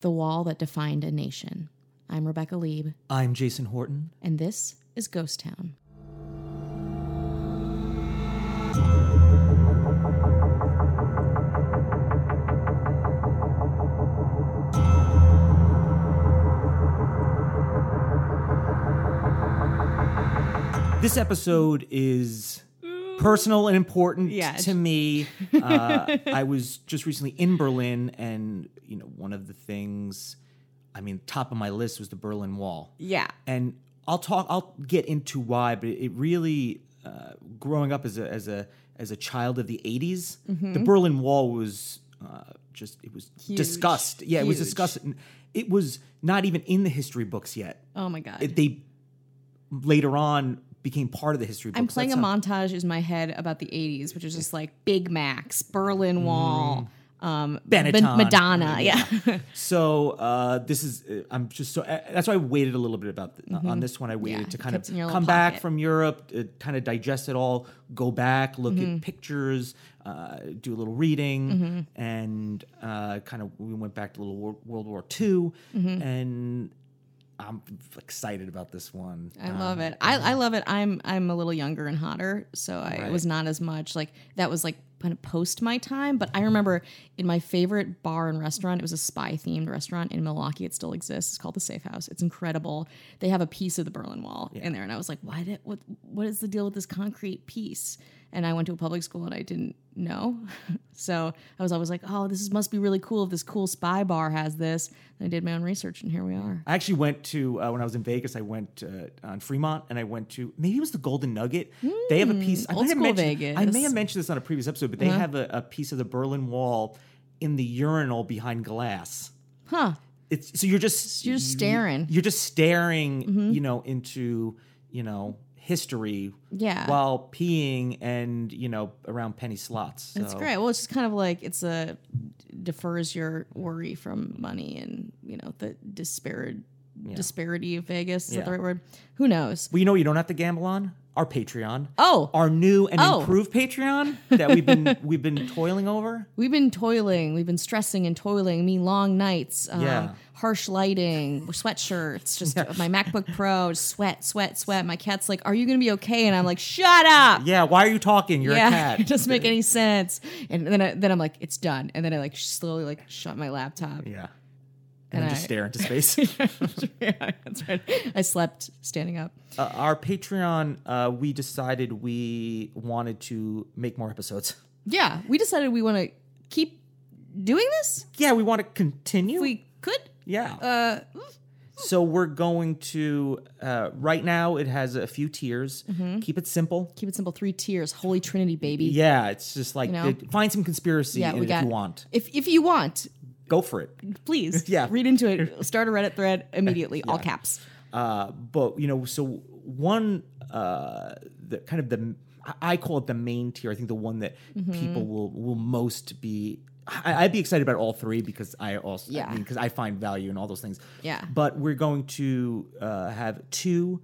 The Wall That Defined a Nation. I'm Rebecca Lieb, I'm Jason Horton. and this is Ghost Town. This episode is personal and important Yeah. to me. Uh, I was just recently in Berlin, and you know, one of the things, I mean, top of my list was the Berlin Wall. Yeah. and I'll talk. I'll get into why, but it really, uh, growing up as a as a as a child of the '80s, the Berlin Wall was uh, just it was Mm-hmm. Huge. discussed. Yeah, it was Huge. discussed. and It was not even in the history books yet. Oh my God. It, they later on became part of the history books. I'm playing a That's how- montage in my head about the 80s, which is just like Big Macs, Berlin Wall, um, Ben- Mm. Benetton. Madonna. Yeah. So uh, this is uh, I'm just so uh, that's why I waited a little bit about th- on this one. I waited Mm-hmm. Yeah, to kind of kept in your come little back pocket. from Europe, uh, kind of digest it all, go back, look Mm-hmm. at pictures, uh, do a little reading, Mm-hmm. and uh, kind of we went back to a little wor- World War II, Mm-hmm. and I'm excited about this one. I love it. I, I love it. I'm I'm a little younger and hotter, so I it was not as much like that was like kind of post my time. But I remember in my favorite bar and restaurant, it was a spy themed restaurant in Milwaukee. It still exists. It's called the Safe House. It's incredible. They have a piece of the Berlin Wall in there, and I was like, why did what what is the deal with this concrete piece? And I went to a public school and I didn't know, so I was always like, oh, this is, must be really cool if this cool spy bar has this. And I did my own research, and here we are. I actually went to uh, when I was in Vegas. I went uh, on Fremont, and I went to maybe it was the Golden Nugget. they have a piece. I Hmm, old might have school mentioned. I Vegas. Uh-huh. may have mentioned this on a previous episode, but they have a, a piece of the Berlin Wall in the urinal behind glass. Huh? It's so you're just You're just staring. Mm-hmm. You're just staring, you know, into you know history Yeah. while peeing and you know around penny slots. So. It's great. Well, it's just kind of like it's a defers your worry from money and you know the disparate disparity of Vegas. Is that the Yeah. right word? Who knows? Well, you know, what you don't have to gamble on our Patreon. Oh, Our new and Oh. improved Patreon that we've been we've been toiling over. we've been toiling. We've been stressing and toiling. Me long nights. Um, Yeah. Harsh lighting, sweatshirts, just my MacBook Pro, just sweat, sweat, sweat. My cat's like, "Are you gonna be okay?" And I'm like, "Shut up." Yeah, why are you talking? You're a yeah, cat. it doesn't make any sense. And then, I, then I'm like, it's done. And then I like slowly like shut my laptop. yeah. And, And then just I- stare into space. yeah, that's right. I slept standing up. uh, our Patreon, uh, we decided we wanted to make more episodes. Yeah, we decided we want to keep doing this. Yeah, we want to continue. If we could. yeah. Uh, so we're going to, uh, right now, it has a few tiers. Mm-hmm. Keep it simple. keep it simple. Three tiers. Holy Trinity, baby. Yeah, it's just like know? uh, find some conspiracy Yeah, in we it if got- you want. If if you want, Go for it. please. Yeah. Read into it. Start a Reddit thread immediately. All caps. Uh, but you know, so one uh, the kind of the I- I call it the main tier. I think the one that Mm-hmm. people will will most be. I, I'd be excited about all three because I also Yeah. I mean because I find value in all those things. Yeah. But we're going to uh, have two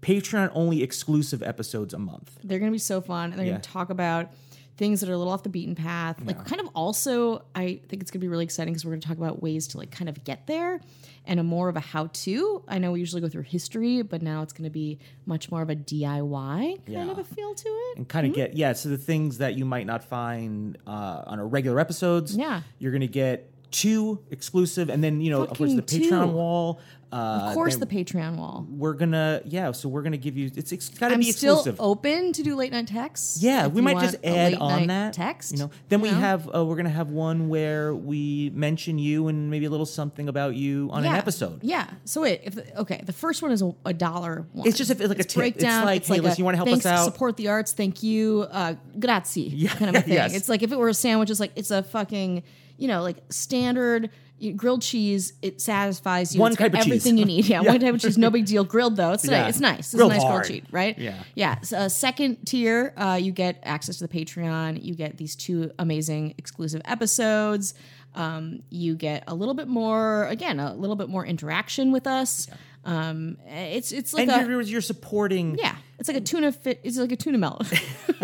Patreon only exclusive episodes a month. They're gonna be so fun, and they're Yeah. gonna talk about things that are a little off the beaten path. Like kind of also, I think it's gonna be really exciting because we're gonna talk about ways to like kind of get there, and a more of a how to. I know we usually go through history, but now it's gonna be much more of a DIY kind Yeah. of a feel to it. and kind of get yeah so the things that you might not find uh, on our regular episodes Yeah. you're gonna get two exclusive and then you know of course the Fucking two. patreon wall uh, Of course, then the Patreon wall. we're gonna yeah so we're gonna give you it's, it's gotta I'm be still exclusive open to do late night texts. yeah if we you might want just a add late on night that text. you know then we know? have uh, we're gonna have one where we mention you and maybe a little something about you on an Yeah. episode Yeah. So wait, if the, okay, the first one is a, a dollar one. It's just if it's like a tip. It's breakdown. like, hey, a listen, you wanna help us thanks, out? Support the arts. Thank you. Uh, grazie. Kind of a thing. yes. It's like if it were a sandwich, it's like it's a fucking you know like standard you- grilled cheese. It satisfies you. One It's type of cheese. everything you need. Yeah, Yeah. One type of cheese. No big deal. Grilled though. It's Yeah. nice. It's nice. It's Grilled a nice grilled hard. cheese, right? Yeah. Yeah. So, uh, second tier, uh, you get access to the Patreon. You get these two amazing exclusive episodes. Um, you get a little bit more, again, a little bit more interaction with us. Um, it's it's like and a you're, you're supporting yeah, it's like a tuna fit. It's like a tuna melt.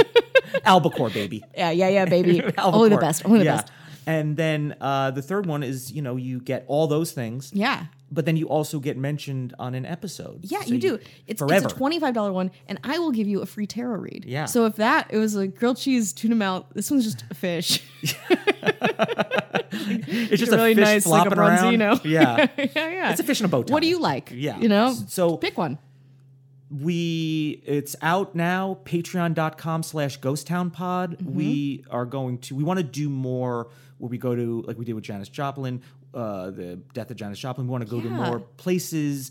albacore baby yeah, yeah, yeah, baby. only the Albacore. best. Only the Yeah. best. And then uh, the third one is, you know, you get all those things, Yeah. but then you also get mentioned on an episode. Yeah, So you do. It's, it's forever. a twenty-five dollar one, and I will give you a free tarot read. Yeah. So if that it was a grilled cheese tuna melt, this one's just a fish. It's just a really a fish nice, like a flopping around. bronzino. Yeah. yeah, yeah. It's a fish in a bow tie. What do you like? Yeah. You know. So- pick one. we it's out now patreon.com slash ghost town pod Mm-hmm. we are going to we want to do more where we go to like we did with janice joplin uh the death of janice joplin we want to go to Yeah. more places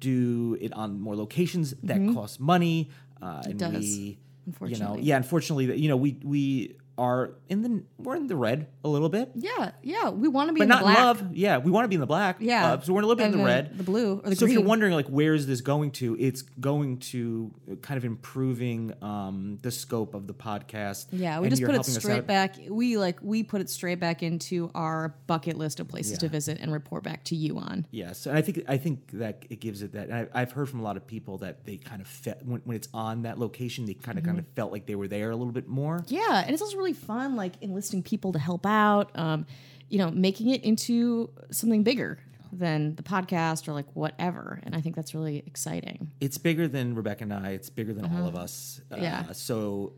do it on more locations that costs money uh and Mm-hmm. does, we you know unfortunately. yeah unfortunately that you know we we are in the we're in the red a little bit Yeah, yeah. We want to be but in not the black. in love yeah we want to be in the black Yeah. uh, so we're a little bit in And then the red the blue, or the so if green. you're wondering like where is this going to it's going to uh, kind of improving um the scope of the podcast Yeah, we and just you're put it helping us straight out. back. We like we put it straight back into our bucket list of places to Yeah. visit and report back to you on. yes and i think i think that it gives it that and I, i've heard from a lot of people that they kind of fe- when, when it's on that location they kind of Mm-hmm. kind of felt like they were there a little bit more Yeah, and it's also really fun, like enlisting people to help out. Um, you know, making it into something bigger than the podcast or like whatever. And I think that's really exciting. it's bigger than rebecca and i it's bigger than all of us uh, Mm-hmm. Yeah. so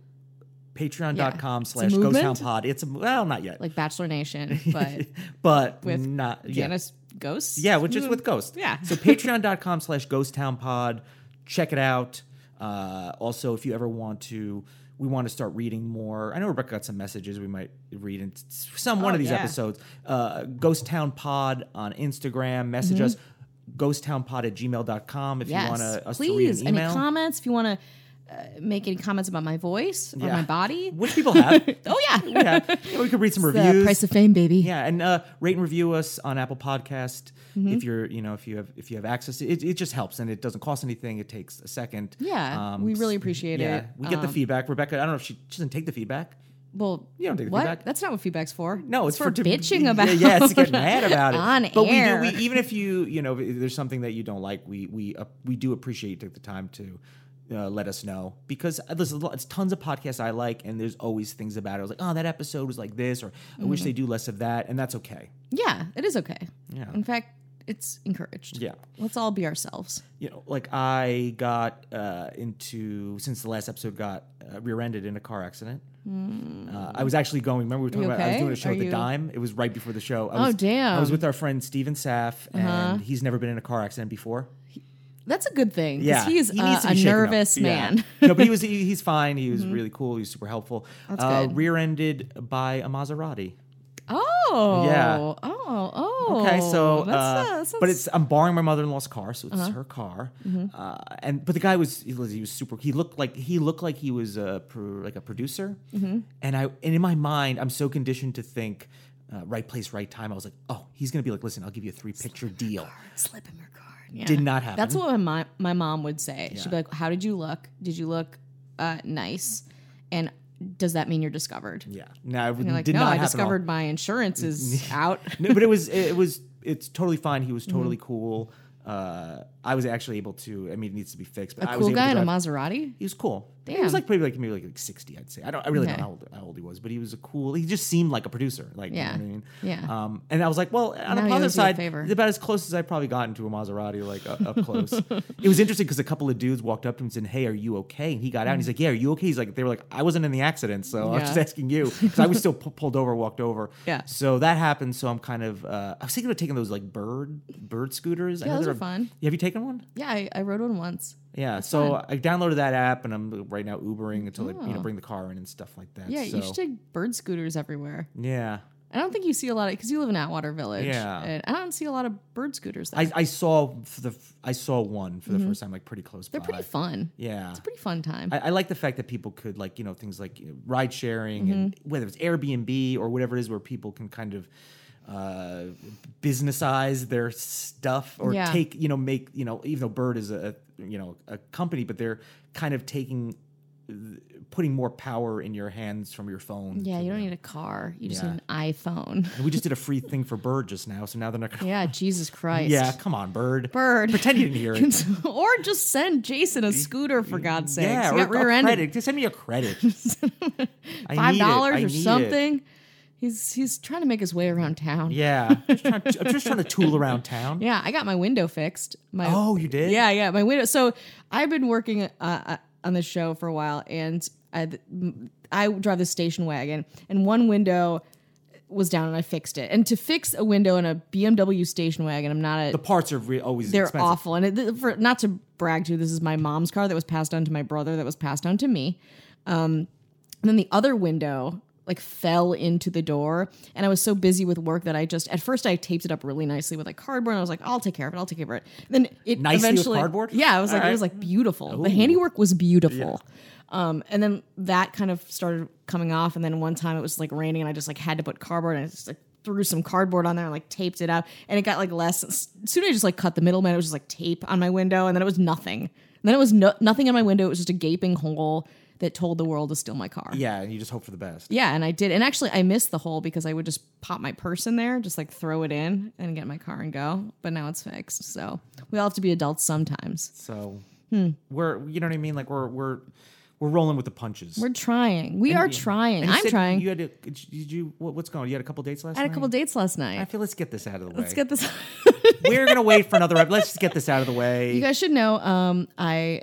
patreon.com It's a slash ghost town movement? pod it's a, well not yet Like Bachelor Nation, but but with not yet. Janice Ghosts. Yeah, which is with Ghost. Mm-hmm. Yeah. So patreon.com slash ghost town pod. Check it out. Uh, also, if you ever want to, we want to start reading more. I know Rebecca got some messages we might read in s- some one Oh, of these yeah. episodes. Uh, ghost town pod on Instagram. Message us. Ghost Town Pod at gmail.com if you Mm-hmm. Yes, want to, us to read please. an email. Any comments? If you want to uh, make any comments about my voice or Yeah. my body? Which people have. Oh yeah, yeah. Yeah, We could read some the reviews. price of fame, baby. Yeah, and uh, rate and review us on Apple Podcast Mm-hmm. if you're, you know, if you have if you have access. It, it just helps, and it doesn't cost anything. It takes a second. Um, Yeah, we really appreciate yeah, it. we get the Um, feedback. Rebecca, I don't know if she, she doesn't take the feedback. Well, You don't take the what? feedback. That's not what feedback's for. No, it's, for to- bitching about. Yeah, yeah, it's to get mad about it on but air. we do. We, even if you, you know, if there's something that you don't like, we we uh, we do appreciate you took the time to. Uh, let us know because uh, there's a lot, it's tons of podcasts I like, and there's always things about it. I was like, oh, that episode was like this, or I wish Mm-hmm. they do less of that, and that's okay. yeah, it is okay. Yeah. In fact, it's encouraged. Yeah. Let's all be ourselves. you know, like I got uh, into since the last episode got uh, rear-ended in a car accident. Uh, I was actually going. Remember we were talking You about I was okay? doing a Hmm. show Are at the you- Dime. It was right before the show. Oh, I was, I was damn. Uh-huh. with our friend Steven Saff, and he's never been in a car accident before. That's a good thing. 'cause Yeah, he is he uh, needs to be a shaken up. nervous Yeah. man. Mm-hmm. no, but he was he, he's fine. He was really cool. He was super helpful. uh, good. Rear-ended by a Maserati. Oh. Yeah. Oh. Oh. Okay, so uh, That's, Uh-huh. uh, but that's- it's I'm borrowing my mother-in-law's car, so it's her car. Mm-hmm. Uh, and but the guy was he was he was super. He looked like he looked like he was a pro, like a producer. Mm-hmm. And I and in my mind, I'm so conditioned to think. Uh, right place, right time. I was like, "Oh, he's gonna be like, listen, I'll give you a three-picture deal." slip him your card. Yeah. Did not happen. That's what my my mom would say. She'd be like, "How did you look? Did you look uh, nice? And does that mean you're discovered?" Yeah, no, it You're like, did "No, not I happen. at all." discovered my insurance is out." no, but it was it was it's totally fine. He Mm-hmm. was totally cool. Uh, I was actually able to. I mean, it needs to be fixed, but I was cool able guy in to a drive- Maserati. He was cool. He Damn. was like probably like maybe like, like sixty, I'd say. I don't. I really Okay. don't know how old, how old he was, but he was a cool. He just seemed like a producer. Like you know Yeah. what I mean? Yeah. Um, and I was like, well, on Now the he positive owes you a side, favor. it's about as close as I probably gotten to a Maserati, like uh, up close. it was interesting because a couple of dudes walked up to him and said, "Hey, are you okay?" And he got out and he's like, "Yeah, are you okay?" He's like, "They were like, I wasn't in the accident, so I was Yeah. just asking you because I was still pu- pulled over, walked over." Yeah. So that happened. So I'm kind of uh, I was thinking of taking those like bird bird scooters. I Yeah, know those they're are fun. Have you taken one? Yeah, I, I rode one once. Yeah, so I downloaded that app and I'm right now Ubering until they you know Oh. bring the car in and stuff like that. Yeah, so, you should take bird scooters everywhere. yeah. I don't think you see a lot of because you live in Atwater Village. Yeah. and I don't see a lot of bird scooters. There. I, I saw for the I saw one for the first time like pretty close. Mm-hmm. They're by. pretty fun. Yeah, It's a pretty fun time. I, I like the fact that people could like you know things like you know, ride sharing and Mm-hmm. whether it's Airbnb or whatever it is where people can kind of uh businessize their stuff or Yeah. take you know make you know even though bird is a you know a company but they're kind of taking putting more power in your hands from your phone yeah, to you don't need a car. You just Yeah. need an iPhone. And we just did a free thing for Bird just now, so now they're not gonna. yeah, Jesus Christ. Yeah, come on, Bird. Bird. Pretend you didn't hear it. or just send Jason a scooter for God's sake. yeah, he got or, or rear-ended credit. Just send me a credit. I five need it. I dollars or need it. something. He's he's trying to make his way around town. Yeah, Yeah, just trying to- I'm just trying to tool around town. I got my window fixed. My Oh, you did? yeah, yeah, my window. So I've been working uh, uh, on this show for a while, and I I drive the station wagon, and one window was down, and I fixed it. And to fix a window in a BMW station wagon, I'm not a The parts are re- always they're expensive. awful and it, for not to brag to you, this is my mom's car that was passed down to my brother that was passed down to me um and then the other window like fell into the door and i was so busy with work that i just at first i taped it up really nicely with like cardboard and i was like i'll take care of it i'll take care of it then it Nicely with eventually cardboard? yeah it was like All it was right. like beautiful the handiwork was beautiful um and then that kind of started coming off and then one time it was like raining and i just like had to put cardboard and I just like threw some cardboard on there and like taped it up and it got like less s- soon i just like cut the middleman it was just like tape on my window and then it was nothing and then it was no, nothing on my window it was just a gaping hole that told the world to steal my car Yeah, and you just hope for the best. Yeah, and I did. And actually, I missed the hole because I would just pop my purse in there, just like throw it in and get in my car and go. But now it's fixed. So we all have to be adults sometimes. So Hmm. we're you know what I mean? Like we're we're we're rolling with the punches. We're trying. We are trying. And you I'm said trying. You had a, did you what, what's going? on? You had a couple dates last I had night. a couple dates last I night. feel let's get this out of the way. Let's get this. We're gonna wait for another. ep- Let's just get this out of the way. you guys should know. Um, I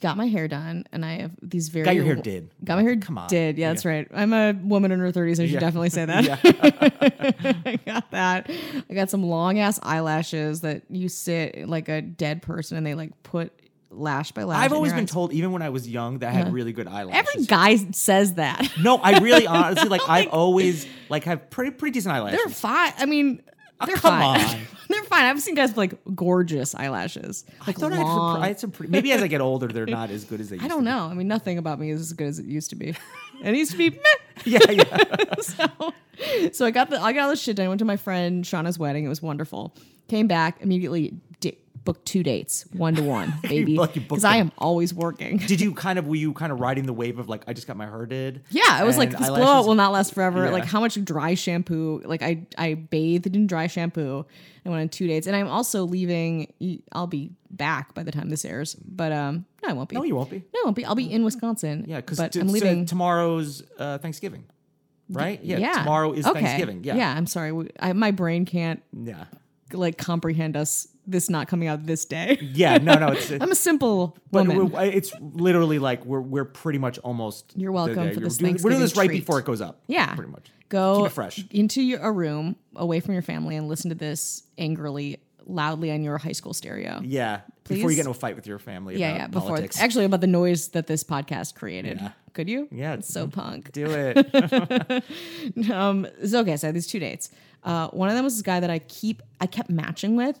got my hair done, and I have these very Got your hair did. Got my hair Come on. did. Yeah, that's right. I'm a woman in her 30s. I should Yeah. definitely say that. I got that. I got some long ass eyelashes that you sit like a dead person, and they like put lash by lash. I've in always your been eyes. told, even when I was young, that I had really good eyelashes. Every guy says that. no, I really honestly like. I've always like have pretty pretty decent eyelashes. They're fine. I mean, they're Ah, come fine. on. they're fine. I've seen guys with like gorgeous eyelashes. I Like thought I had, some, long. pre- I had some pretty. Maybe as I get older, they're not as good as they. Used I don't know. I mean, nothing about me is as good as it used to be. It used to be meh. To. Yeah, yeah. so, so I got the I got all this shit done. I went to my friend Shauna's wedding. It was wonderful. Came back immediately. Di- booked two dates, one to one, baby. lucky booked Because I them. am always working. Did you kind of were you kind of riding the wave of like I just got my hair did? Yeah, I was like, and this eyelashes? blowout will not last forever. Yeah. Like, how much dry shampoo? Like, I I bathed in dry shampoo. I went on two dates, and I'm also leaving. I'll be back by the time this airs, but um, no, I won't be. No, you won't be. No, I won't be. I'll be in Wisconsin. Yeah, because but I'm leaving. tomorrow's uh, Thanksgiving, right? Yeah, yeah, tomorrow is Okay. Thanksgiving. Yeah, yeah. I'm sorry. We- I, my brain can't yeah, like comprehend us this not coming out this day. yeah. No, no, it's. uh, I'm a simple but woman. we're, uh, it's literally like we're we're pretty much almost. You're welcome there. for You're this doing- We're doing this right Thanksgiving treat. before it goes up. Yeah. pretty much. Go keep it fresh. into your, a room away from your family and listen to this angrily, loudly on your high school stereo. Yeah, Yeah, before you Please. get into a fight with your family. yeah. about before politics. actually about the noise that this podcast created. Could you? Yeah. mm-hmm. it's so punk. do it. Um, so okay, so I had these two dates. Uh, one of them was this guy that I keep I kept matching with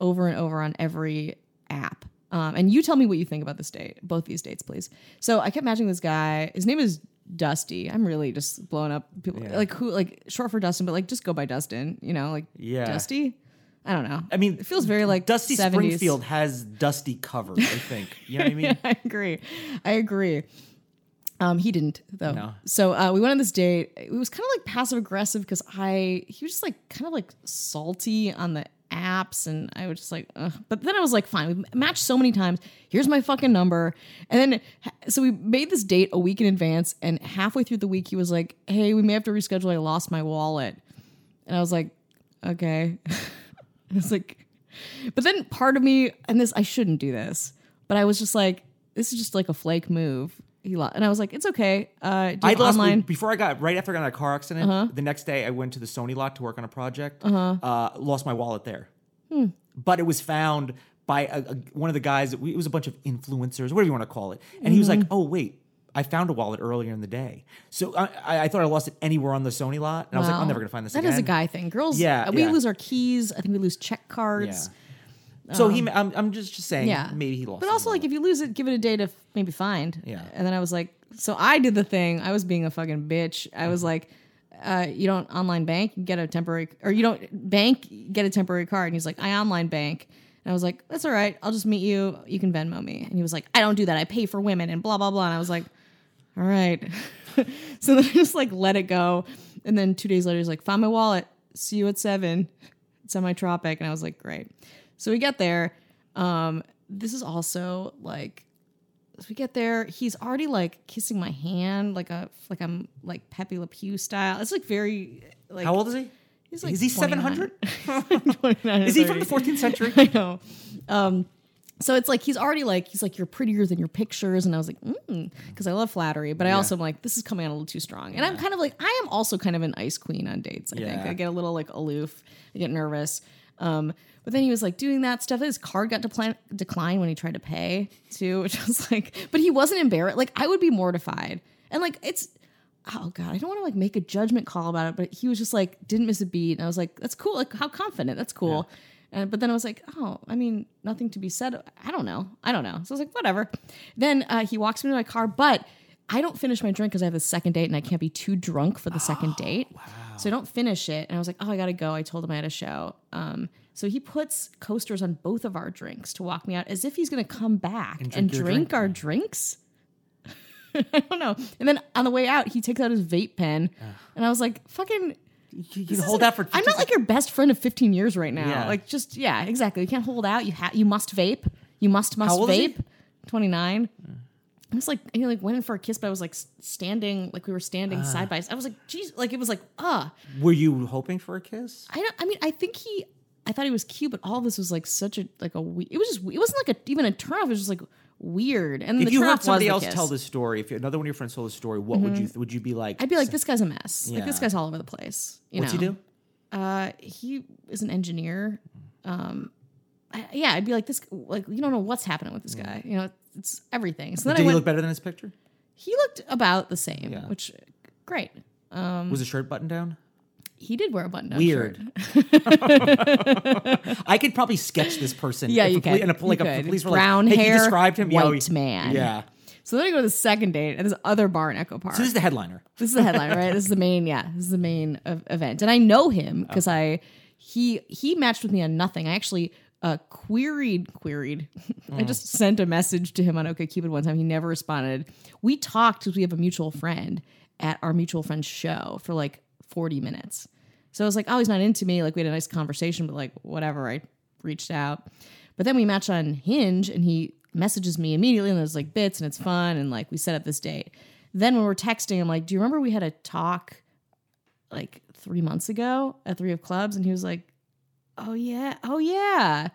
over and over on every app. Um, and you tell me what you think about this date, both these dates, please. So I kept matching this guy. His name is Dusty. I'm really just blowing up people like who like short for Dustin, but like just go by Dustin. You know, like Yeah. Dusty. I don't know. I mean, it feels very like Dusty 70s. Springfield has Dusty covered. I think you know what I mean. I agree. I agree. Um, he didn't though. No. So uh, we went on this date. It was kind of like passive aggressive because I he was just like kind of like salty on the apps, and I was just like, Ugh. but then I was like, fine. We matched so many times. Here's my fucking number, and then so we made this date a week in advance. And halfway through the week, he was like, hey, we may have to reschedule. I lost my wallet, and I was like, okay. I was like, but then part of me, and this, I shouldn't do this, but I was just like, this is just like a flake move. He lo- and I was like, it's okay. Uh, do I it lost online. Uh-huh. before I got right after I got in a car accident. The next day, I went to the Sony lot to work on a project. Uh-huh. lost my wallet there, Hmm. but it was found by a, a- one of the guys. That we, it was a bunch of influencers, whatever you want to call it. And he was like, Mm-hmm. "Oh wait." I found a wallet earlier in the day, so I, I- I thought I lost it anywhere on the Sony lot, and I was like, Wow. "I'm never gonna find this That again." is a guy thing. Girls, Yeah, yeah, we yeah. lose our keys. I think we lose check cards. Yeah. So he, I'm, I'm just, just saying, Um, Yeah. maybe he lost. But his also, wallet. like, if you lose it, give it a day to f- maybe find. Yeah. And then I was like, so I did the thing. I was being a fucking bitch. I was Uh-huh. like, uh, you don't online bank, you get a temporary, or you don't bank, you get a temporary card. And he's like, I online bank. And I was like, that's all right. I'll just meet you. You can Venmo me. And he was like, I don't do that. I pay for women and blah, blah, blah. And I was like, all right. so then I just like let it go. And then two days later, he's like, found my wallet. See you at seven. Semi tropic. And I was like, great. So we get there. Um, this is also like as we get there, he's already like kissing my hand, like a like I'm like Pepe Le Pew style. It's like very like How old is he? He's like is he 700? 700? 29 or Is he from the 30. 14th century? I know. Um, so it's like he's already like he's like you're prettier than your pictures, and I was like, because I love flattery, but I also am like this is coming out a little too strong, and I'm kind of like I am also kind of an ice queen on dates. I think Yeah. I get a little like aloof, I get nervous. Um, but then he was like doing that stuff. His card got depla- declined when he tried to pay too, which was like, but he wasn't embarrassed. Like I would be mortified, and like it's. Oh god, I don't want to like make a judgment call about it, but he was just like didn't miss a beat, and I was like, "That's cool. Like, how confident? That's cool." And, but then I was like, oh, I mean, nothing to be said. I don't know. I don't know. So I was like, whatever. Then uh, he walks me to my car, but I don't finish my drink because I have a second date and I can't be too drunk for the second date. So I don't finish it. And I was like, oh, I got to go. I told him I had a show. Um, so he puts coasters on both of our drinks to walk me out as if he's going to come back and drink, your our drinks. I don't know. And then on the way out, he takes out his vape pen. And I was like, fucking. You you can hold out for I'm 15 not like your best friend of 15 years right now. Yeah. Like just yeah, exactly. You can't hold out. You ha- you must vape. You must must old is he? vape. 29. I was like, he like went in for a kiss, but I was like s- standing, like we were standing Ah. side by side. I was like, geez, like it was like, uh, Were you hoping for a kiss? I don't, I mean, I think he, I thought he was cute, but all this was like such a, like a, we- it was just, it wasn't like a, even a turn off. It was just like weird. And If the you turn heard off was somebody the else kiss. Mm-hmm. tell this story, if another one of your friends told this story, what would you would you be like? I'd be like, this guy's a mess. Like this Yeah. guy's all over the place. You What's know? he do? uh, he is an engineer. Um, I, yeah, I'd be like this, like you don't know what's happening with this guy. You know, it's everything. So then I Did he went. look better than his picture? he looked about the same, Yeah. which great. Um, was his shirt buttoned down? He did wear a button-down Weird. shirt. I could probably sketch this person. Yeah, if a you poli- could. And a, pol- like you a could. police were brown like, hey, hair, you described him. Yeah, we- white man. Yeah. So then I go to the second date at this other bar in Echo Park. So this is the headliner. This is the headline, right? This is the main, yeah. This is the main ev- event, and I know him because I he he matched with me on nothing. I actually uh, queried queried. I just sent a message to him on OkCupid one time. He never responded. We talked because we have a mutual friend at our mutual friend's show for like forty minutes. So I was like, oh, he's not into me. Like we had a nice conversation, but like whatever. I reached out, but then we matched on Hinge, and he messages me immediately, and there's like bits, and it's fun, and like we set up this date. Then when we're texting, I'm like, do you remember we had a talk like three months ago at three of clubs? And he was like, oh yeah, oh yeah.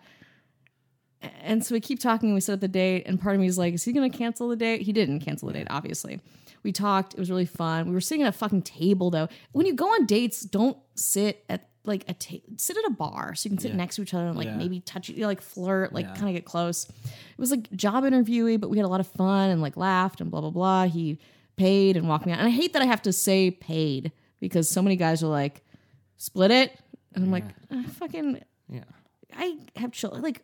And so we keep talking. We set up the date, and part of me is like, "Is he going to cancel the date?" He didn't cancel the date, obviously. We talked. It was really fun. We were sitting at a fucking table, though. When you go on dates, don't sit at like a ta- sit at a bar so you can sit next to each other and like Yeah. maybe touch, you know, like flirt, like kind of get close. It was like job interviewee, but we had a lot of fun and like laughed and blah blah blah. He paid and walked me out, and I hate that I have to say paid because so many guys are like, "Split it," and I'm like, "Ah, "Fucking." Yeah. I have children. Like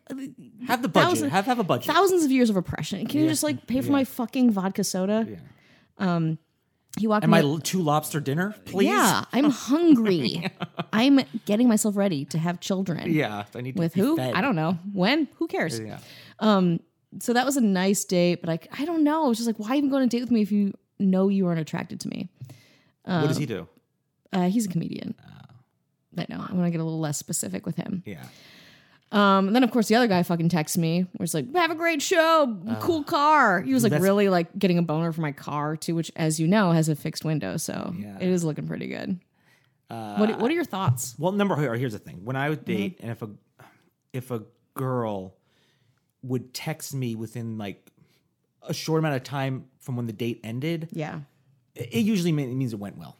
Have the budget. Thousand- have have a budget. thousands of years of oppression. Can you just like pay for my fucking vodka soda? Um, Yeah. He walked Am me. I l- two lobster dinner, please? yeah, I'm hungry. I'm getting myself ready to have children. Yeah. I need to With be who? fed. I don't know. When? Who cares? Yeah. So that was a nice date, but I, I don't know. I was just like, why even go on a date with me if you know you aren't attracted to me? Um, what does he do? Uh, he's a comedian. Oh. I know. I want to get a little less specific with him. Yeah. Um, and then of course the other guy fucking texts me. Was like, "Have a great show, cool car." He was like Uh, That's- really like getting a boner for my car too, which, as you know, has a fixed window, so Yeah. Uh, it is looking pretty good. what What are your thoughts? Well, number here, here's the thing. When I would Mm-hmm. date, and if a if a girl would text me within like a short amount of time from when the date ended, Yeah. it it usually mean- it means it went well.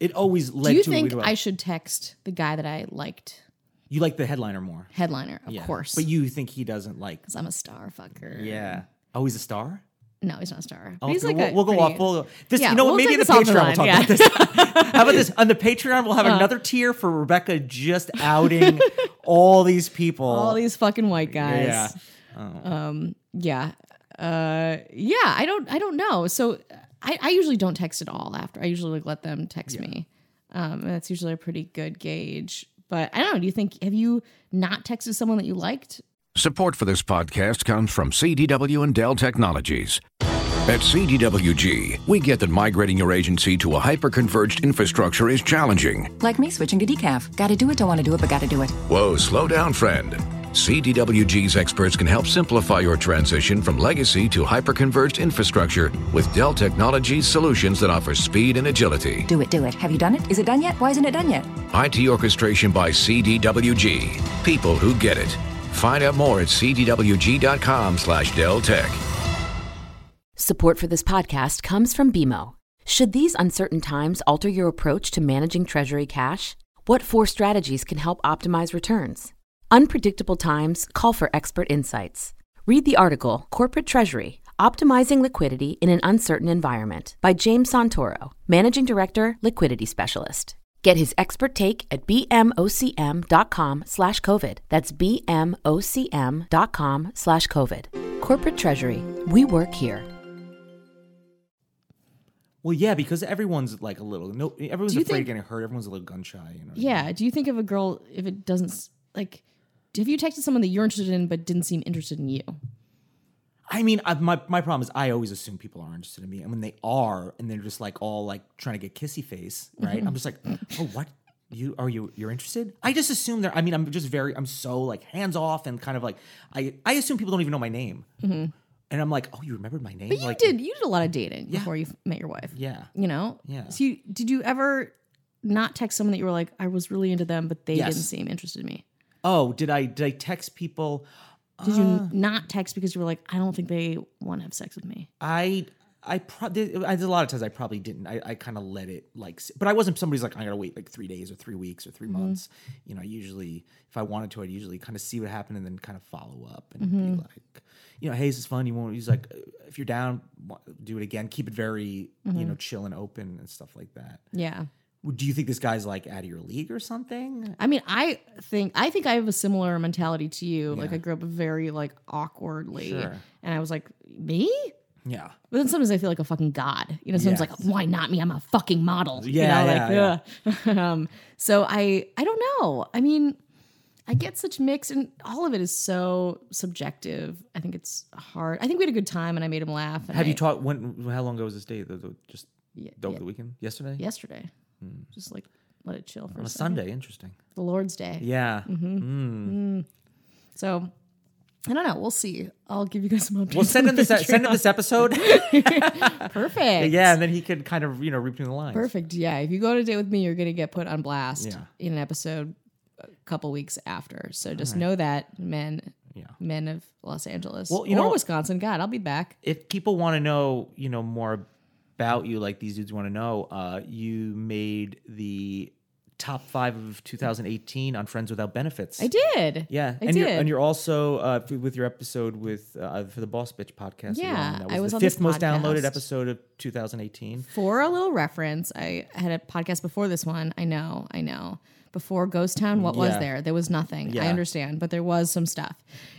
It always led Do you to it think went well. I should text the guy that I liked, you like the headliner more, headliner? Of Yeah. course, but you think he doesn't like. because I'm a star fucker. Yeah. Oh, he's a star. No, he's not a star. But Oh, he's okay, like we'll, a we'll go pretty- off. We'll, this, Yeah, you know what? we'll Maybe take in this the off the Patreon we'll talk line, Uh. about this. How about this? On the Patreon, we'll have another tier for Rebecca just outing all these people. all these fucking white guys. Yeah. Yeah. Uh, yeah. I don't. I don't know. So I, I usually don't text at all after. I usually like let them text me. Um, and that's usually a pretty good gauge. But I don't know. Do you think have you not texted someone that you liked? Support for this podcast comes from CDW and Dell Technologies. At CDWG, we get that migrating your agency to a hyper-converged infrastructure is challenging. Like me switching to decaf. Gotta do it, don't wanna do it, but gotta do it. Whoa, slow down, friend. CDWG's experts can help simplify your transition from legacy to hyperconverged infrastructure with Dell Technologies solutions that offer speed and agility. Do it, do it. Have you done it? Is it done yet? Why isn't it done yet? IT orchestration by CDWG. People who get it. Find out more at cdwg.com slash Dell Tech. Support for this podcast comes from BMO. Should these uncertain times alter your approach to managing Treasury cash? What four strategies can help optimize returns? Unpredictable times call for expert insights. Read the article Corporate Treasury Optimizing Liquidity in an Uncertain Environment by James Santoro, Managing Director, Liquidity Specialist. Get his expert take at bmocm.com slash COVID. That's bmocm.com slash COVID. Corporate Treasury, we work here. Well, yeah, because everyone's like a little no, everyone's Do you afraid think- of getting hurt. Everyone's a little gun shy. You know? Yeah. Do you think of a girl if it doesn't s- like? Have you texted someone that you're interested in but didn't seem interested in you? I mean, I, my my problem is I always assume people are interested in me, and when they are, and they're just like all like trying to get kissy face, right? Mm-hmm. I'm just like, oh, what? You are you you're interested? I just assume they're. I mean, I'm just very. I'm so like hands off and kind of like I I assume people don't even know my name, and I'm like, oh, you remembered my name? Mm-hmm. But you like, did. You did a lot of dating before you f- met your wife. Yeah. You know. Yeah. So you, did you ever not text someone that you were like, I was really into them, but they Yes. didn't seem interested in me? Oh, did I did I text people? Did you Ah. n- not text because you were like, I don't think they want to have sex with me? I I probably there's a lot of times I probably didn't. I, I kind of let it like, s- but I wasn't somebody's like I gotta wait like three days or three weeks or 3 months. You know, I usually if I wanted to, I'd usually kind of see what happened and then kind of follow up and be like, you know, hey, this is fun. You want? He's like, "Uh, if you're down, wa- do it again. Keep it very you know chill and open and stuff like that. Yeah. Do you think this guy's like out of your league or something? I mean, I think I think I have a similar mentality to you. Like I grew up very like awkwardly, Sure. and I was like, me. Yeah. But then sometimes I feel like a fucking god. You know, sometimes Yeah. like, why not me? I'm a fucking model. Yeah, you know, like, ugh. um, so I, I don't know. I mean, I get such mix, and all of it is so subjective. I think it's hard. I think we had a good time, and I made him laugh. and Have you I- taught when? How long ago was this date? The- the- Just over yeah. the weekend? Yesterday? yesterday? Just like let it chill for Hmm. On a a second. Sunday. Interesting. The Lord's Day. Yeah. So I don't know. We'll see. I'll give you guys some updates. Well, send him on this. e, Send him Patreon. this episode. Perfect. yeah, and then he could kind of you know read between the lines. Perfect. Yeah. If you go on a date with me, you're going to get put on blast Yeah. in an episode a couple weeks after. So just know that, men. Yeah. Men of Los Angeles Well, you or know- Wisconsin. God, I'll be back. If people want to know you know more about you, like these dudes want to know, uh, you made the top five of 2018 on Friends Without Benefits. I did. Yeah, I and did. you're and you're also uh, f- with your episode with uh, for the Boss Bitch podcast. you're Yeah, on. that I was the on this fifth most downloaded podcast. episode of 2018. For a little reference, I had a podcast before this one. I know, I know. Before Ghost Town, what was Yeah. there? There was nothing. I Yeah. understand, but there was some stuff.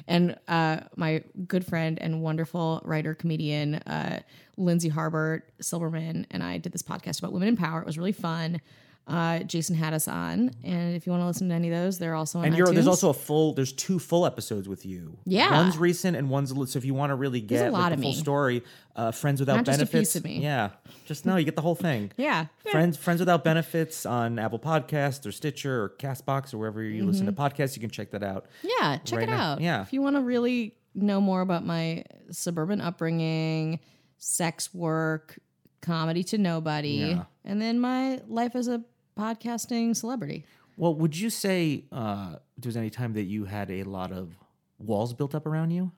And uh, my good friend and wonderful writer comedian uh, Lindsay Harbert Silverman and I did this podcast about women in power. It was really fun. Uh, Jason had us on, and if you want to listen to any of those, they're also on. And you're, there's iTunes. also a full. There's two full episodes with you. Yeah. one's recent and one's a little- so if you want to really get a like, lot the of full me. story, uh, friends without Not just a benefits. piece of me. Yeah, just no, you get the whole thing. Yeah. Yeah. friends friends without benefits on Apple Podcasts or Stitcher or Castbox or wherever you listen to Mm-hmm. podcasts. You can check that out. Yeah, check right it now. out. Yeah. If you want to really know more about my suburban upbringing, sex work, comedy to nobody, and then my life as a podcasting celebrity. Well, would you say uh, there was any time that you had a lot of walls built up around you?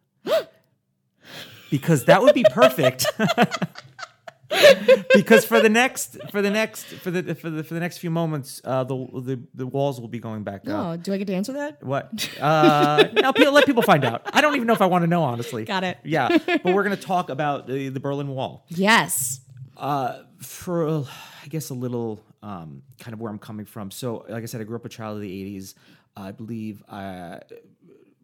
because that would be perfect. because for the next for the next for the for the, for the next few moments, uh, the, the the walls will be going back up. Oh, do I get to answer that? What? Uh, now, people, let people find out. I don't even know if I want to know, honestly. Got it. Yeah, but we're going to talk about the, the Berlin Wall Yes. for uh, I guess a little um, kind of where I'm coming from. So, like I said, I grew up a child of the '80s. I believe uh,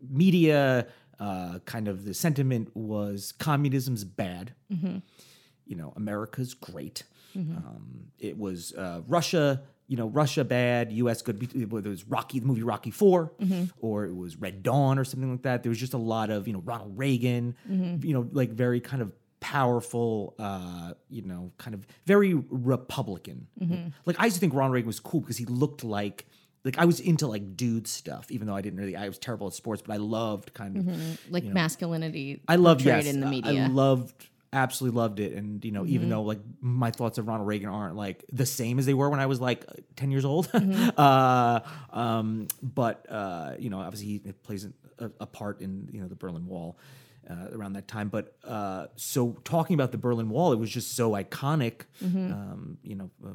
media, uh, kind of the sentiment was communism's bad. You know, America's great. Um, it was uh, Russia. You know, Russia bad, U.S. good. Whether it was Rocky, the movie Rocky 4 or it was Red Dawn, or something like that. There was just a lot of you know Ronald Reagan. You know, like very kind of powerful, uh, you know, kind of very Republican. Like I used to think Ronald Reagan was cool because he looked like like I was into like dude stuff, even though I didn't really I was terrible at sports, but I loved kind of like you know, masculinity. I loved portrayed yes, in the I- media. Mm-hmm. I loved absolutely loved it, and you know even though like my thoughts of Ronald Reagan aren't like the same as they were when I was like ten years old, Mm-hmm. uh, um, but uh, you know obviously he it plays a, a part in you know the Berlin Wall. Uh, around that time, but uh, so talking about the Berlin Wall, it was just so iconic. Mm-hmm. Um, you know, uh,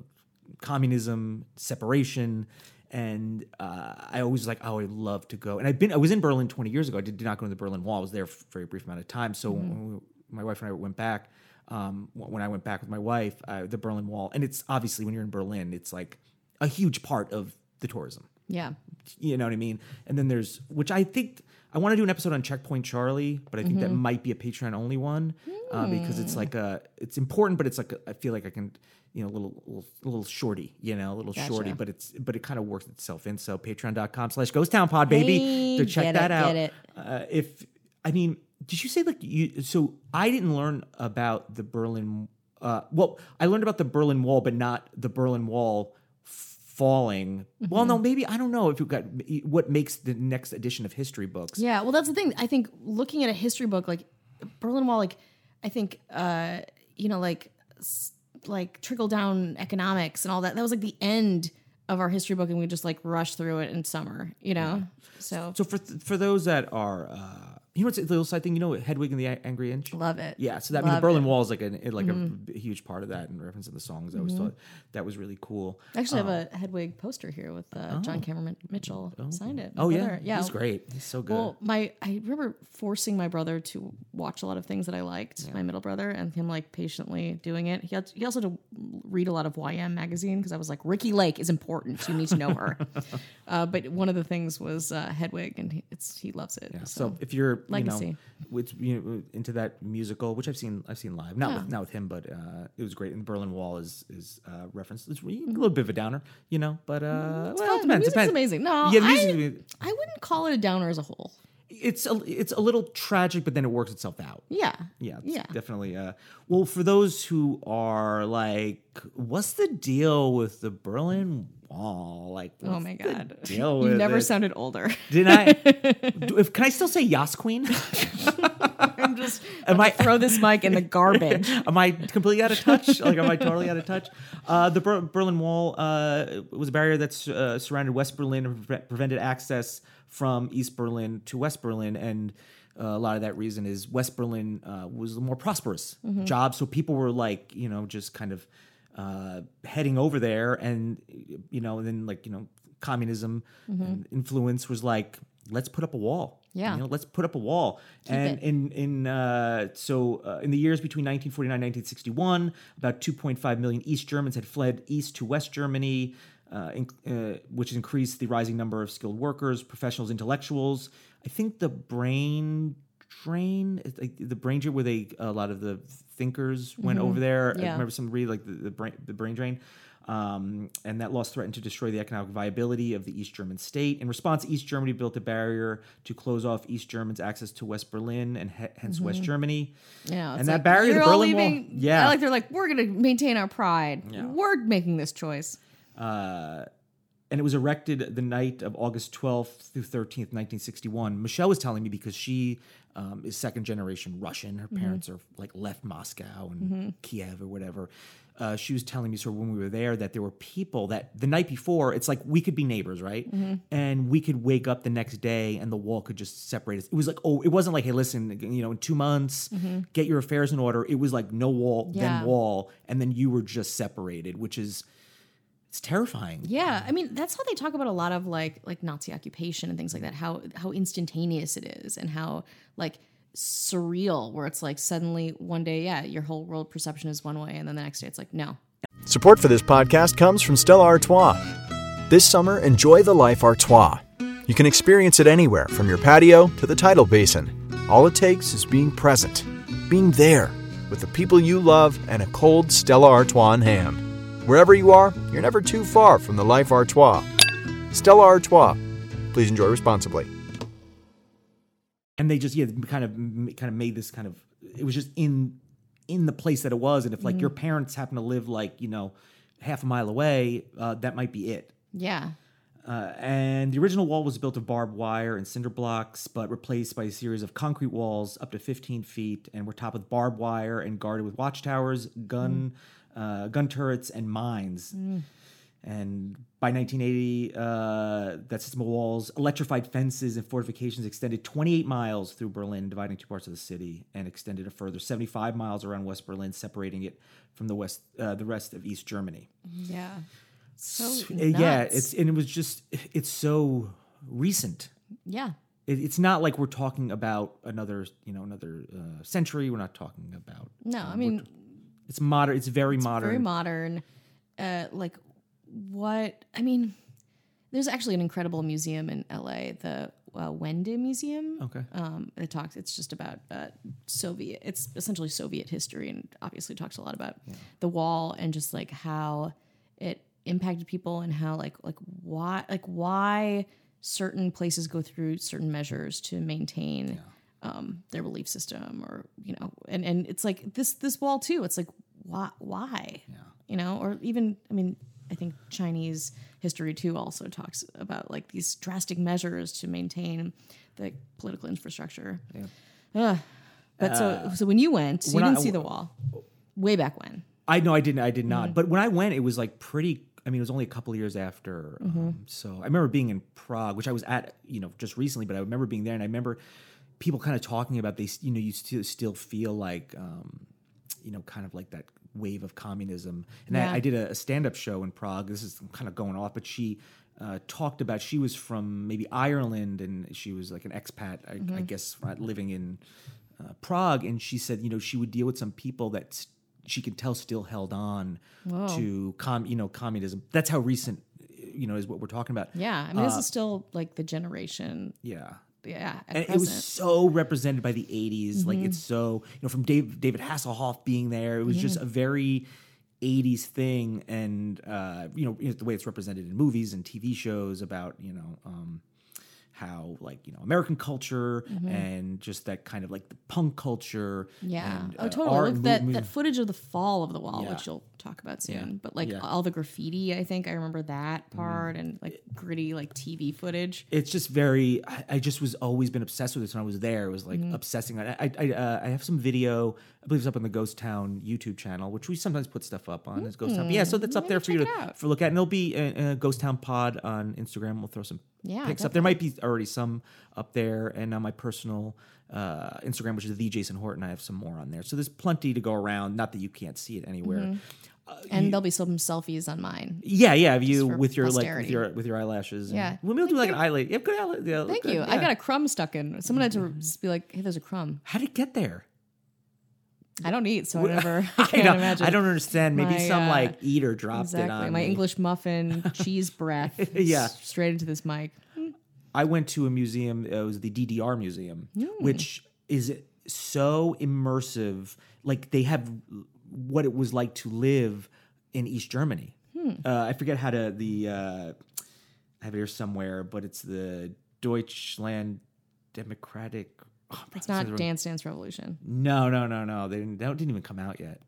communism, separation. And uh, I always was like, oh, I love to go. And I've been, I was in Berlin 20 years ago. I did, did not go to the Berlin Wall. I was there for a very brief amount of time. So when we, my wife and I went back. Um, wh- when I went back with my wife, uh, the Berlin Wall, and it's obviously when you're in Berlin, it's like a huge part of the tourism yeah. you know what I mean? And then there's which I think I want to do an episode on Checkpoint Charlie, but I think Mm-hmm. that might be a Patreon only one uh, because Hmm. it's like a it's important, but it's like a, I feel like I can you know a little little, little shorty, you know, a little shorty, but it's but it kind of works itself in. So Patreon.com slash Ghost Town Pod, baby, Hey, to check get that it, out. get it. Uh, if I mean, did you say like you? So I didn't learn about the Berlin. Uh, well, I learned about the Berlin Wall, but not the Berlin Wall falling. Mm-hmm. Well, no, maybe I don't know if you got what makes the next edition of history books. Yeah, well, that's the thing. I think looking at a history book like Berlin Wall, like I think uh, you know, like s- like trickle down economics and all that. That was like the end of our history book, and we just like rushed through it in summer. You know, so, So for for those that are, uh, you know, what's the little side thing. You know, Hedwig and the A- Angry Inch. love it. Mm-hmm. Yeah, so that I mean, the Love Berlin Wall is like an it- like a b- huge part of that, and reference to the songs. I always Mm-hmm. thought that was really cool. I actually have a Hedwig poster here with uh, John Cameron Mitchell signed it. My Oh. Oh yeah, brother- yeah, he's great. He's so good. Well, my I remember forcing my brother to watch a lot of things that I liked. My middle brother and him like patiently doing it. He had, he also had to read a lot of YM magazine because I was like, Ricky Lake is important. You need to know her. uh, but one of the things was uh, Hedwig, and he, it's he loves it. So, if you're you know Legacy. with you know, into that musical, which I've seen, I've seen live, not with not with him, but uh, it was great. And Berlin Wall is is uh, referenced. It's Mm-hmm. re- a little bit of a downer, you know, but uh, well, fun. it The depends. music's depends. amazing. No, yeah, the I- music, I wouldn't call it a downer as a whole. it's a, it's a little tragic, but then it works itself out. Yeah. Yeah, it's Yeah. definitely. Uh, well, for those who are like, what's the deal with the Berlin Wall? Like, Oh what's my the god. deal you with never it? sounded older. Did I? do- if, can I still say Yas Queen? I'm just Am I? throw this mic in the garbage. am I completely out of touch? Like, am I totally out of touch? Uh, the Ber- Berlin Wall uh, was a barrier that uh, surrounded West Berlin and pre- prevented access from East Berlin to West Berlin. And uh, a lot of that reason is West Berlin uh, was more prosperous job. So people were like, you know, just kind of uh, heading over there. And, you know, and then like, you know, communism and influence was like, let's put up a wall. Yeah. You know, let's put up a wall. and it. in in uh, so uh, in the years between 1949 and 1961, about 2.5 million East Germans had fled east to West Germany, uh, in, uh, which increased the rising number of skilled workers, professionals, intellectuals. I think the brain drain, it's like the brain drain, where they a lot of the thinkers went over there. I Mm-hmm. Yeah. remember some read like the, the brain the brain drain. Um, and that loss threatened to destroy the economic viability of the East German state. In response, East Germany built a barrier to close off East Germans' access to West Berlin and he- hence West Germany. Yeah, and that barrier, the Berlin Wall. Yeah, Yeah, like they're like we're going to maintain our pride. We're making this choice. Uh, and it was erected the night of August 12th through 13th, 1961. Michelle was telling me because she um, is second generation Russian. Her parents are like left Moscow and Kiev or whatever. Uh, she was telling me sort of when we were there that there were people that the night before it's like we could be neighbors, right? And we could wake up the next day and the wall could just separate us. It was like oh, it wasn't like hey, listen, you know, in two months, get your affairs in order. It was like no wall, Yeah. then wall, and then you were just separated, which is it's terrifying. Yeah, I mean that's how they talk about a lot of like like Nazi occupation and things like that. How how instantaneous it is and how like surreal where it's like suddenly one day yeah your whole world perception is one way and then the next day it's like no Support for this podcast comes from Stella Artois. This summer, enjoy the life Artois. You can experience it anywhere, from your patio to the tidal basin. All it takes is being present, being there, with the people you love and a cold Stella Artois in hand. Wherever you are, you're never too far from the life Artois. Stella Artois. Please enjoy responsibly. and they just yeah kind of kind of made this kind of it was just in in the place that it was and if like your parents happen to live like you know half a mile away uh, that might be it yeah Uh, and the original wall was built of barbed wire and cinder blocks, but replaced by a series of concrete walls up to 15 feet and were topped with barbed wire and guarded with watchtowers, gun, uh, gun turrets, and mines. And by 1980, uh, that system of walls, electrified fences, and fortifications extended 28 miles through Berlin, dividing two parts of the city, and extended a further 75 miles around West Berlin, separating it from the west, uh, the rest of East Germany. Yeah. So Uh, Yeah, nuts. it's and it was just it's so recent. yeah. It, it's not like we're talking about another, you know, another uh, century. We're not talking about. No, I mean It's modern. It's very modern. very modern. Uh, like what? I mean, there's actually an incredible museum in LA, the uh, Wende Museum. Okay. Um, it talks. It's just about uh, Soviet. It's essentially Soviet history, and obviously talks a lot about the wall and just like how it impacted people and how like like why like why certain places go through certain measures to maintain um, their belief system or you know and and it's like this this wall too it's like why why you know or even i mean i think chinese history too also talks about like these drastic measures to maintain the political infrastructure yeah. but so so when you went so you Uh, when I- didn't see the wall way back when I know I didn't. I did not. But when I went, it was like pretty. I mean, it was only a couple of years after. Um, so I remember being in Prague, which I was at, you know, just recently. But I remember being there, and I remember people kind of talking about they, s- you know, you still still feel like, um, you know, kind of like that wave of communism. And Yeah. I, I did a, a stand up show in Prague. This is kind of going off, but she. Uh, talked about she was from maybe Ireland and she was like an expat, I, Mm-hmm. I guess, right, living in uh, Prague, and she said, you know, she would deal with some people that s- she could tell still held on to com, you know, communism. That's how recent, you know, is what we're talking about. yeah i mean this is still like the generation yeah. yeah at Uh, present. And Mm-hmm. it was so represented by the '80s, like it's so you know from Dave, David Hasselhoff being there. It was just a very '80s thing, and uh, you know you know, the way it's represented in movies and TV shows about you know um, how like you know American culture Mm-hmm. and just that kind of like the punk culture. Yeah. and, oh, uh, totally. art Look, and that mov- that footage of the fall of the wall, Yeah. which you'll talk about soon. But like all the graffiti, I think I remember that Mm-hmm. part and like gritty like TV footage. it's just very I, I just was always been obsessed with this when i was there it was Mm-hmm. like obsessing on it. i I, uh, I have some video i believe it's up on the ghost town youtube channel which we sometimes put stuff up on as ghost town yeah so that's up there for you Mm-hmm. check it to out. for look at and there'll be a, a ghost town pod on instagram we'll throw some Yeah, pics up there might be already some up there and on my personal uh, instagram which is the jason horton i have some more on there so there's plenty to go around not that you can't see it anywhere Mm-hmm. And there'll be some selfies on mine. yeah yeah if Uh, you for with your like with posterity. your with your eyelashes and- Yeah. well, maybe we'll do like an eyelid yeah good eyelid yeah, Thank good, you. I yeah. Mm-hmm. got a crumb stuck in. Someone had to just be like, "Hey, there's a crumb." How did it get there? I don't eat, so I never. I I, can't don't, imagine. I don't understand. Maybe My, some uh, like eater dropped it exactly. on My me. English muffin cheese breath. Yeah. s- Straight into this mic. I went to a museum. It was the DDR museum, Hmm. which is so immersive. Like they have what it was like to live in East Germany. Hmm. Uh, I forget how to the. Uh, I have it here somewhere, but it's the Deutschland Democratic. Oh, I'm It's probably not saying the wrong- Dance Dance Revolution. No, no, no, no. They didn't, that didn't even come out yet.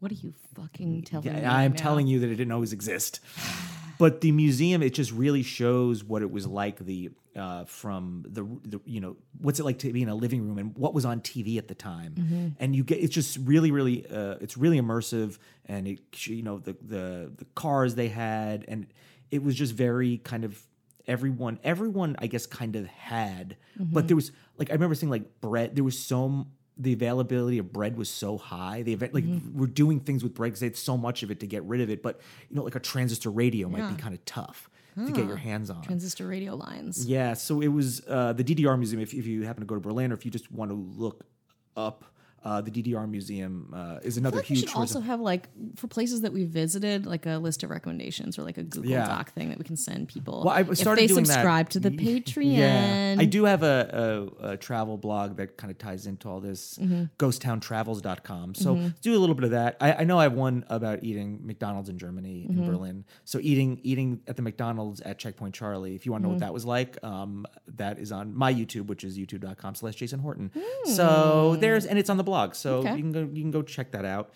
What are you fucking telling me? Yeah, I'm now? telling you that it didn't always exist. But the museum, it just really shows what it was like the uh, from the, the you know what's it like to be in a living room and what was on TV at the time, Mm-hmm. and you get it's just really really uh, it's really immersive and it you know the the the cars they had and it was just very kind of everyone everyone I guess kind of had, Mm-hmm. but there was like I remember seeing like bread there was so m- the availability of bread was so high. The event, like Mm-hmm. we're doing things with bread because they had so much of it to get rid of it. But you know, like a transistor radio might be kind of tough to get Ah. your hands on. Transistor radio lines. yeah, so it was uh, the DDR museum. If, if you happen to go to Berlin, or if you just want to look up, uh, the DDR museum uh, is another I feel like we huge. should tourism- also have like for places that we visited, like a list of recommendations or like a Google Yeah. Doc thing that we can send people. Well, I started if they doing that. subscribe to the Patreon. Yeah, I do have a, a, a travel blog that kind of ties into all this, Mm-hmm. ghosttowntravels.com. So do a little bit of that. I, I know I have one about eating McDonald's in Germany, Mm-hmm. in Berlin. So eating eating at the McDonald's at Checkpoint Charlie, if you want Mm-hmm. to know what that was like, um, that is on my YouTube, which is youtube.com slash Jason Horton. So there's, and it's on the blog. So Hmm. Okay. you, can go, you can go check that out.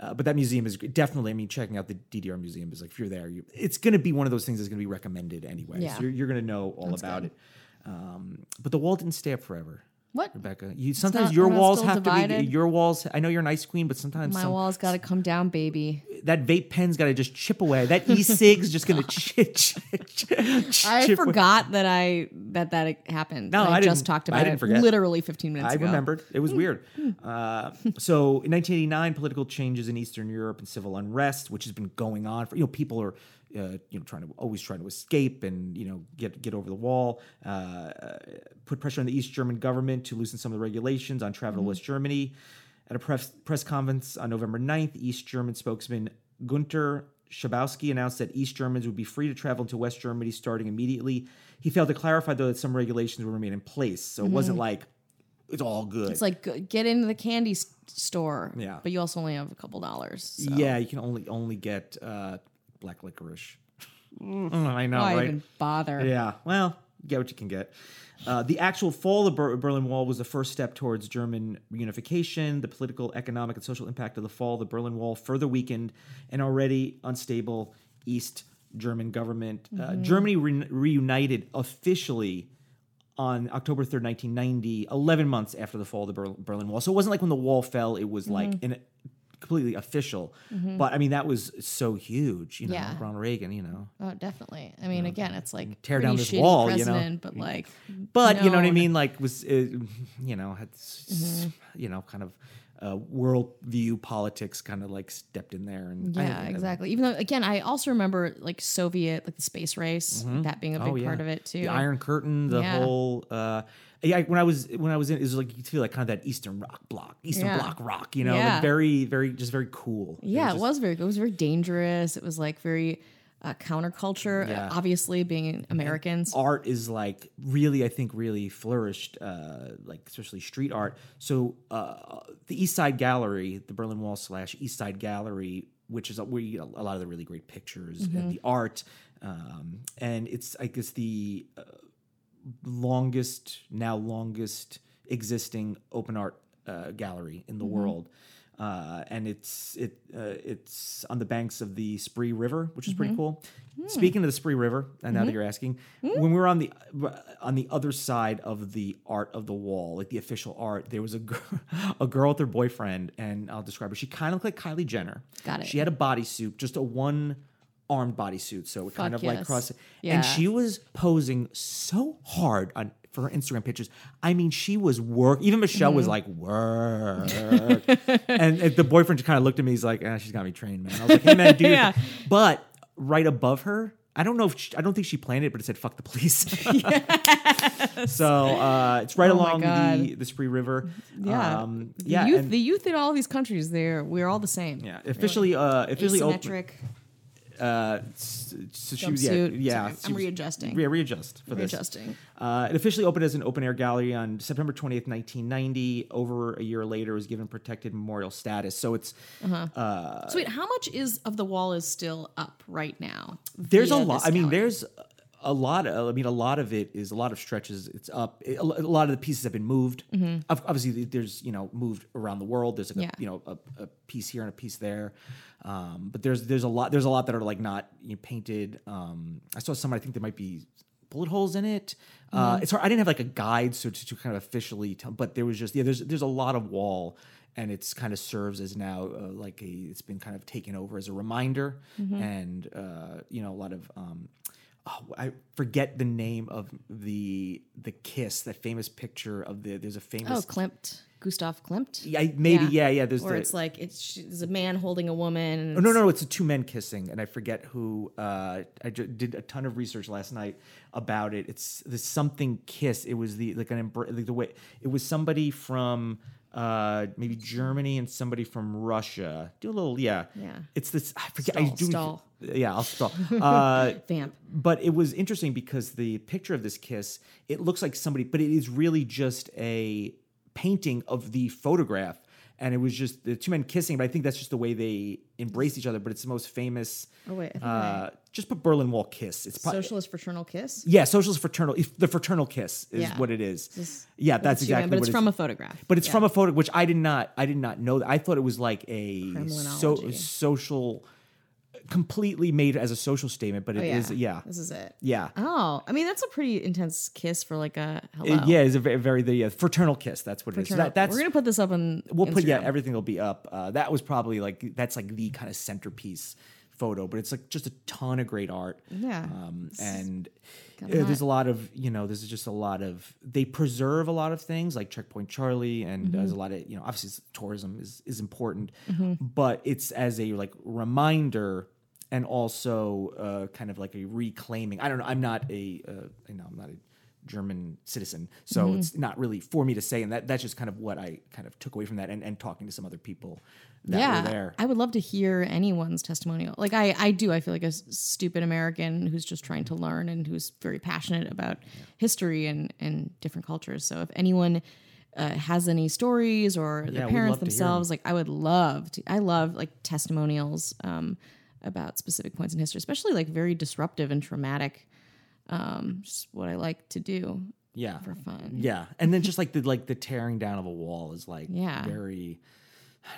Uh, but that museum is definitely. I mean, checking out the DDR museum is like if you're there, you, it's going to be one of those things that's going to be recommended anyway. Yeah. So you're, you're going to know all about it. Um, but the wall didn't stay up forever. What? Rebecca, you sometimes not- your we're not walls still have to be divided? your walls. I know you're an ice queen, but sometimes My some- wall's got to come down, baby. that vape pen's got to just chip away. That e cig's just going to chip, chip, chip. I away. forgot that I that that happened. No, that I just didn't- talked I about didn't it forget. literally 15 minutes I ago. Hmm. remembered. It was weird. Uh, so in 1989, political changes in Eastern Europe and civil unrest, which has been going on for you know people are uh, you know trying to always trying to escape and you know get get over the wall. Uh, put pressure on the East German government to loosen some of the regulations on travel Mm-hmm. to West Germany. At a press press conference on November 9th, East German spokesman Gunter Schabowski announced that East Germans would be free to travel to West Germany starting immediately. He failed to clarify though that some regulations would remain in place, so it wasn't like it's all good. Mm-hmm. It's like g- get into the candy s- store, Yeah. but you also only have a couple dollars. So. yeah, you can only only get uh, black licorice. Mm, I know, Why right? even bother? Yeah. Well, get what you can get. Uh, the actual fall of the Ber- Berlin Wall was the first step towards German reunification. The political, economic, and social impact of the fall of the Berlin Wall further weakened an already unstable East German government. Uh, Germany re- reunited officially on October 3rd, 1990, 11 months after the fall of the Berl- Berlin Wall. So it wasn't like when the wall fell, it was like an completely official. But I mean, that was so huge, you know, Yeah. Ronald Reagan, you know. Oh, definitely. I mean, again, it's like Tear pretty down this shitty wall, you know? president, But like, but you no, know what I and- mean. Like was uh, you know had s Mm-hmm. you know kind of uh, worldview politics kind of like stepped in there and I- Yeah, I- exactly. Even though, again, I also remember like Soviet, like the space race, that being a big Oh, yeah. part of it too. The Iron Curtain, the Yeah. whole uh, yeah. When I was when I was in, it was like you feel like kind of that Eastern rock block, Eastern Yeah. block rock. You know, Yeah. like very very just very cool. yeah, it was very. It was very dangerous. It was like very uh, counterculture. Yeah. Obviously, being Americans. art is like really i think really flourished uh like especially street art so uh the east side gallery the berlin wall slash east side gallery which is where you get a lot of the really great pictures and the art um and it's i guess the uh, longest now longest existing open art uh, gallery in the Mm-hmm. world uh, and it's it uh, it's on the banks of the Spree River, which is Mm-hmm. pretty cool. Hmm. Speaking of the Spree River, and now that you're asking, when we were on the on the other side of the art of the wall, like the official art, there was a girl, a girl with her boyfriend, and I'll describe her. She kind of looked like Kylie Jenner. Got it. She had a bodysuit, just a one armed bodysuit, so it kind Fuck of like yes. cross. Yeah. And she was posing so hard on for her Instagram pictures. I mean, she was work. Even Michelle was like Mm-hmm. work, and, and the boyfriend just kind of looked at me. He's like, ah, "She's got me trained, man." I was like, "Hey, man, do your thing." But right above her. I don't know if she, I don't think she planned it, but it said "fuck the police." So uh, it's right Oh my along God. the, the Spree River. Yeah. um, The yeah, youth, and- the youth in all these countries, there we're all the same. yeah. Officially, uh, officially open. asymmetric. uh, s- so she was yeah, Jumpsuit. yeah Sorry, she I'm was- readjusting. Yeah, readjust for this. Readjusting. Uh, it officially opened as an open air gallery on September 20th, 1990. Over a year later, it was given protected memorial status. So it's so wait, how much is of the wall is still up right now? there's a via lot. this I mean, gallery? there's a lot. Of, I mean, a lot of it is a lot of stretches. It's up. A lo- a lot of the pieces have been moved. Ob- Obviously, there's you know moved around the world. There's like Yeah. a, you know a, a piece here and a piece there. Um, but there's there's a lot there's a lot that are like not you know, painted. Um, I saw some. I think there might be bullet holes in it. Uh, it's hard. I didn't have like a guide so to, to kind of officially tell. But there was just yeah. There's there's a lot of wall. And it's kind of serves as now uh, like a, it's been kind of taken over as a reminder, Mm-hmm. and uh, you know a lot of um, oh, I forget the name of the the kiss that famous picture of the there's a oh famous Klimt, Gustav Klimt. yeah maybe yeah yeah, there's Or the, it's like it's sh- there's a man holding a woman. And Oh, no, no, no! It's the two men kissing, and I forget who. Uh, I ju- did a ton of research last night about it. It's the something kiss. It was the like an embr- like the way it was somebody from uh maybe Germany and somebody from Russia. Do a little, yeah, Yeah. It's this. I forget. I Stall, do. stall. Yeah, I'll stall. Uh, Vamp. but it was interesting because the picture of this kiss it looks like somebody but it is really just a painting of the photograph and it was just the two men kissing. But I think that's just the way they embraced each other. But it's the most famous. Oh, wait, I think uh, just put Berlin Wall kiss. It's probably Socialist fraternal kiss. yeah, socialist fraternal. if- The fraternal kiss is Yeah. what it is. This- yeah, that's Two men, exactly. But it's what from a photograph. But it's from a photo, which I did not. I did not know. That. I thought it was like a so, Kremlinology. social, completely made as a social statement. But it Oh, yeah. is, yeah, This is it. yeah, Oh, I mean that's a pretty intense kiss for like a hello. It- yeah. It's a very, very the yeah, fraternal kiss. That's what it is. So Turn that, up- that's We're gonna put this up on. we'll put yeah Instagram. everything will be up. Uh, that was probably like that's like the kind of centerpiece photo, but it's like just a ton of great art. Yeah. um, and uh, lot. there's a lot of you know there's just a lot of they preserve a lot of things like Checkpoint Charlie and there's a Mm-hmm. lot of you know obviously it's- tourism is is important, but it's as a like reminder. And also, uh, kind of like a reclaiming. I don't know. I'm not a. Uh, no, I'm not a German citizen. So Mm-hmm. it's not really for me to say. And that, that's just kind of what I kind of took away from that and, and talking to some other people that yeah, were there. I would love to hear anyone's testimonial. Like I, I do. I feel like a s- stupid American who's just trying to learn and who's very passionate about history and and different cultures. So if anyone uh, has any stories or Yeah, their we'd parents love to hear 'em. themselves, like I would love to. I love like testimonials um, about specific points in history, especially like very disruptive and traumatic. Um, just what I like to do yeah. for fun. Yeah. And then just like the like the tearing down of a wall is like Yeah. very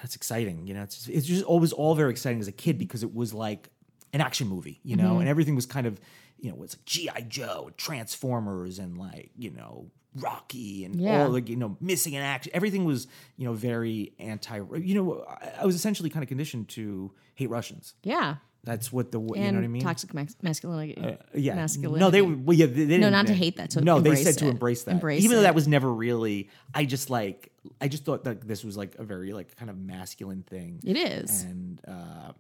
that's exciting. You know, it's just, it's just always all very exciting as a kid because it was like an action movie, you Mm-hmm. know, and everything was kind of, you know, it's like G.I. Joe, Transformers and like, you know, Rocky and Yeah. all like, you know, missing in action. Everything was, you know, very anti you know, I, I was essentially kind of conditioned to hate Russians. Yeah. That's what the you and know what I mean? Uh, toxic mas- masculinity. yeah, masculinity. No, they were. Well, yeah, they, they didn't. not to hate that, to no, they embrace said to it. embrace that. Embrace Even though it. that was never really. I just like. I just thought that this was like a very like kind of masculine thing. It is. And uh,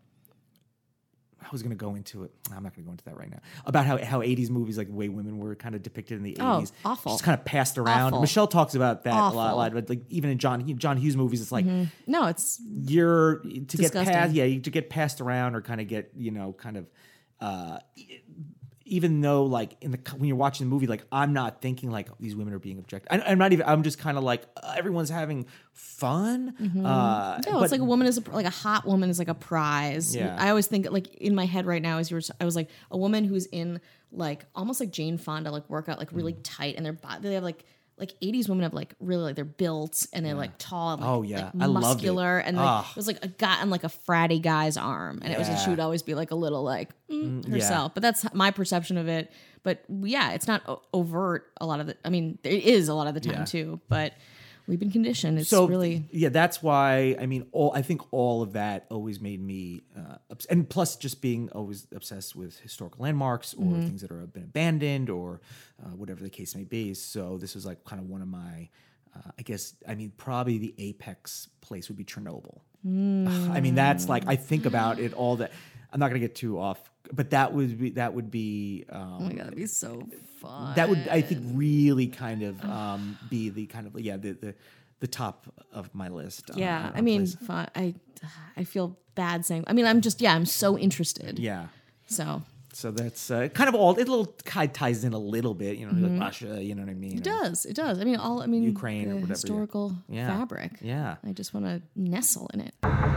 I was gonna go into it. I'm not gonna go into that right now. About how how 80s movies like the way women were kind of depicted in the Oh, 80s. awful. Just kind of passed around. Awful. Michelle talks about that a lot, a Awful. Mm-hmm. lot. But like even in John John Hughes movies, it's like No, it's you're to Disgusting. get past yeah you- to get passed around or kind of get you know kind of uh e- even though like in the when you're watching the movie like i'm not thinking like these women are being objective I, i'm not even i'm just kind of like uh, everyone's having fun uh Mm-hmm. No, it's like a woman is a, like a hot woman is like a prize. Yeah. I always think like in my head right now as you were, I was like a woman who's in like almost like Jane Fonda like workout like Mm. really tight and their body they have like like 80s women have like really like they're built and they're like tall and like, Oh, yeah. like, I loved it. muscular and like Ah. it was like a guy on like a fratty guy's arm and it was like she Yeah. would always be like a little like mm, herself but that's my perception of it but yeah it's not o- overt a lot of the I mean it is a lot of the time Yeah. too but we've been conditioned it's so really yeah that's why i mean all i think all of that always made me uh, obs- and plus just being always obsessed with historical landmarks or Mm-hmm. things that are been abandoned or uh, whatever the case may be so this was like kind of one of my uh, i guess i mean probably the apex place would be chernobyl i mean that's like i think about it all that i'm not going to get too off but that would be that would be um, Oh my god, that'd be so fun. that would I think really kind of um, be the kind of yeah the the, the top of my list. uh, yeah, on I mean, place. fun. I I feel bad saying. I mean, I'm just yeah, I'm so interested. yeah. So So that's uh, kind of all. It little kind of ties in a little bit, you know, like Russia. You know what I mean? Mm-hmm. it does. It does. I mean, all. I mean, Ukraine or the whatever, yeah. historical Yeah. fabric. Yeah. I just want to nestle in it.